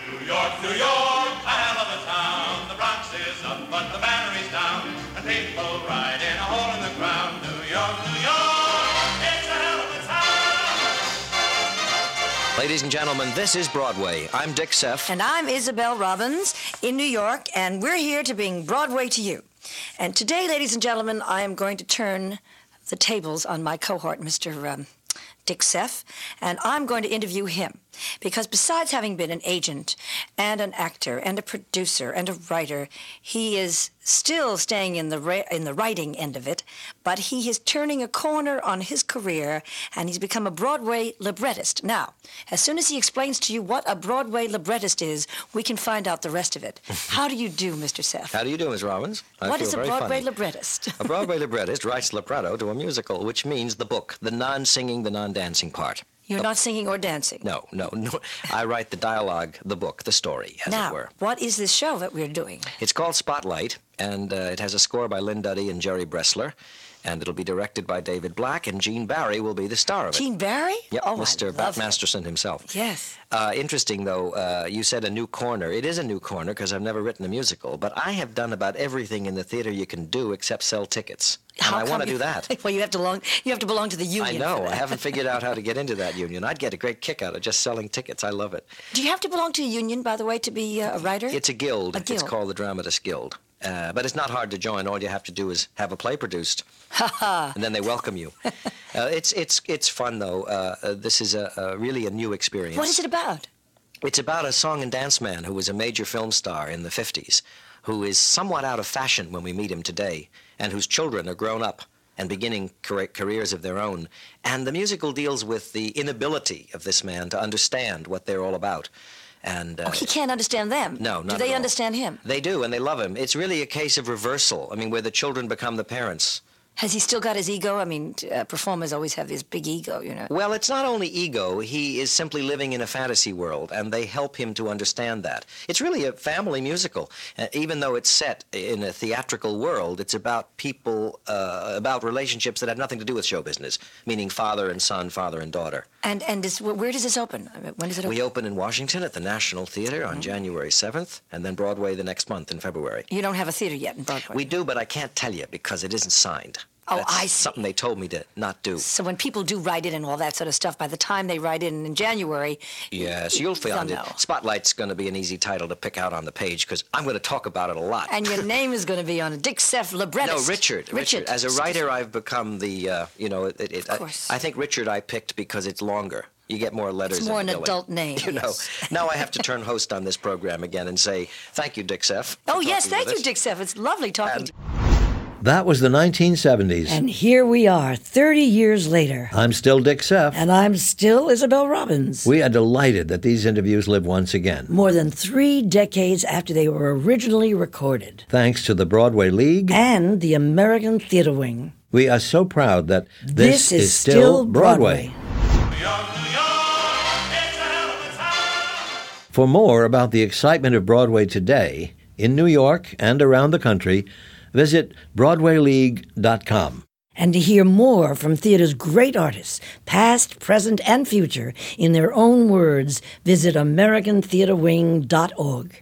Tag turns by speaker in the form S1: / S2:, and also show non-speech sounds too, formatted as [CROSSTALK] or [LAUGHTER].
S1: New York, New York, a hell of a town. The Bronx is up, but the battery's down. And people ride in a hole in the ground. New York, New York, it's a hell of a town.
S2: Ladies and gentlemen, this is Broadway. I'm Dick Seff.
S3: And I'm Isabel Robbins in New York, and we're here to bring Broadway to you. And today, ladies and gentlemen, I am going to turn the tables on my cohort, Mr. Um, Dick Seff, and I'm going to interview him. Because besides having been an agent and an actor and a producer and a writer, he is still staying in the, ra- in the writing end of it, but he is turning a corner on his career and he's become a Broadway librettist. Now, as soon as he explains to you what a Broadway librettist is, we can find out the
S2: [LAUGHS]
S3: rest of it. How do you do, Mr. Seff?
S2: How do you do, Miss Robbins? I
S3: What
S2: feel
S3: is a
S2: very
S3: Broadway
S2: funny.
S3: librettist? [LAUGHS]
S2: a Broadway librettist writes libretto to a musical, which means the book, the non-singing, the non-dancing part.
S3: You're not singing or dancing.
S2: No, no, no. [LAUGHS] I write the dialogue, the book, the story, as
S3: now,
S2: it were.
S3: what is this show that we're doing?
S2: It's called Spotlight, and uh, it has a score by Lynn Duddy and Jerry Bressler, and it'll be directed by David Black, and Gene Barry will be the star of it.
S3: Gene Barry?
S2: Yep,
S3: oh, I
S2: Mr.
S3: love
S2: Bat
S3: it.
S2: Masterson himself.
S3: Yes.
S2: Uh, interesting, though, uh, you said a new corner. It is a new corner because I've never written a musical, but I have done about everything in the theater you can do except sell tickets.
S3: How
S2: and I
S3: come
S2: want to
S3: you-
S2: do that.
S3: [LAUGHS] Well, you have to belong. You have to belong to the
S2: I
S3: union. for
S2: know. I
S3: that.
S2: haven't figured out how to get into that union. I'd get a great kick out of just selling tickets. I love it.
S3: Do you have to belong to a union, by the way, to be uh, a writer?
S2: It's a guild.
S3: A
S2: It's
S3: guild.
S2: called the Dramatist Guild. Uh, but it's not hard to join. All you have to do is have a play produced, and then they welcome
S3: [LAUGHS]
S2: you. Uh, it's it's it's fun though. Uh, uh, this is a, a really a new experience.
S3: What is it about?
S2: It's about a song and dance man who was a major film star in the 50s, who is somewhat out of fashion when we meet him today, and whose children are grown up and beginning car- careers of their own. And the musical deals with the inability of this man to understand what they're all about. And uh,
S3: Oh, He can't understand them.
S2: no, not
S3: Do
S2: at
S3: they
S2: all.
S3: understand him?
S2: They do, and they love him. It's really a case of reversal. I mean, where the children become the parents.
S3: Has he still got his ego? I mean, t- uh, performers always have this big ego, you know.
S2: Well, it's not only ego. He is simply living in a fantasy world, and they help him to understand that. It's really a family musical. Uh, even though it's set in a theatrical world, it's about people, uh, about relationships that have nothing to do with show business, meaning father and son, father and daughter.
S3: And and this, wh- where does this open? I mean, When does it open?
S2: We open in Washington at the National Theater
S3: Mm-hmm.
S2: on January 7th, and then Broadway the next month in February.
S3: you don't have a theater yet in Broadway.
S2: We do, but I can't tell you because it isn't signed.
S3: Oh,
S2: That's
S3: I see.
S2: Something they told me to not do.
S3: so when people do write in and all that sort of stuff, by the time they write in in January,
S2: Yes, you'll
S3: they'll
S2: find it.
S3: know.
S2: Spotlight's going to be an easy title to pick out on the page because I'm going to talk about it a lot.
S3: and
S2: [LAUGHS]
S3: your name is going to be on a Dick Seff libretto.
S2: no, Richard, Richard. As a writer, I've become the, uh, you know, it, it,
S3: Of course.
S2: I, I think Richard I picked because it's longer. You get more letters.
S3: more
S2: in
S3: an
S2: the billing.
S3: adult name,
S2: You
S3: [LAUGHS]
S2: know.
S3: yes.
S2: Now I have to turn host on this program again and say thank you, Dick Seff. for
S3: Oh yes,
S2: talking
S3: thank
S2: with
S3: you,
S2: us.
S3: Dick Seff. It's lovely talking
S2: Um,
S3: to you.
S4: That was the 1970s.
S5: And here we are, 30 years later,
S4: I'm still Dick Seff.
S5: and I'm still Isabel Robbins.
S4: we are delighted that these interviews live once again,
S5: More than three decades after they were originally recorded.
S4: thanks to the Broadway League.
S5: And the American Theatre Wing.
S4: We are so proud that this,
S5: is,
S4: still, Broadway.
S1: New York, New York, it's a hell of a town.
S4: For more about the excitement of Broadway today in New York and around the country, visit BroadwayLeague.com.
S5: And to hear more from theater's great artists, past, present, and future, in their own words, visit AmericanTheaterWing.org.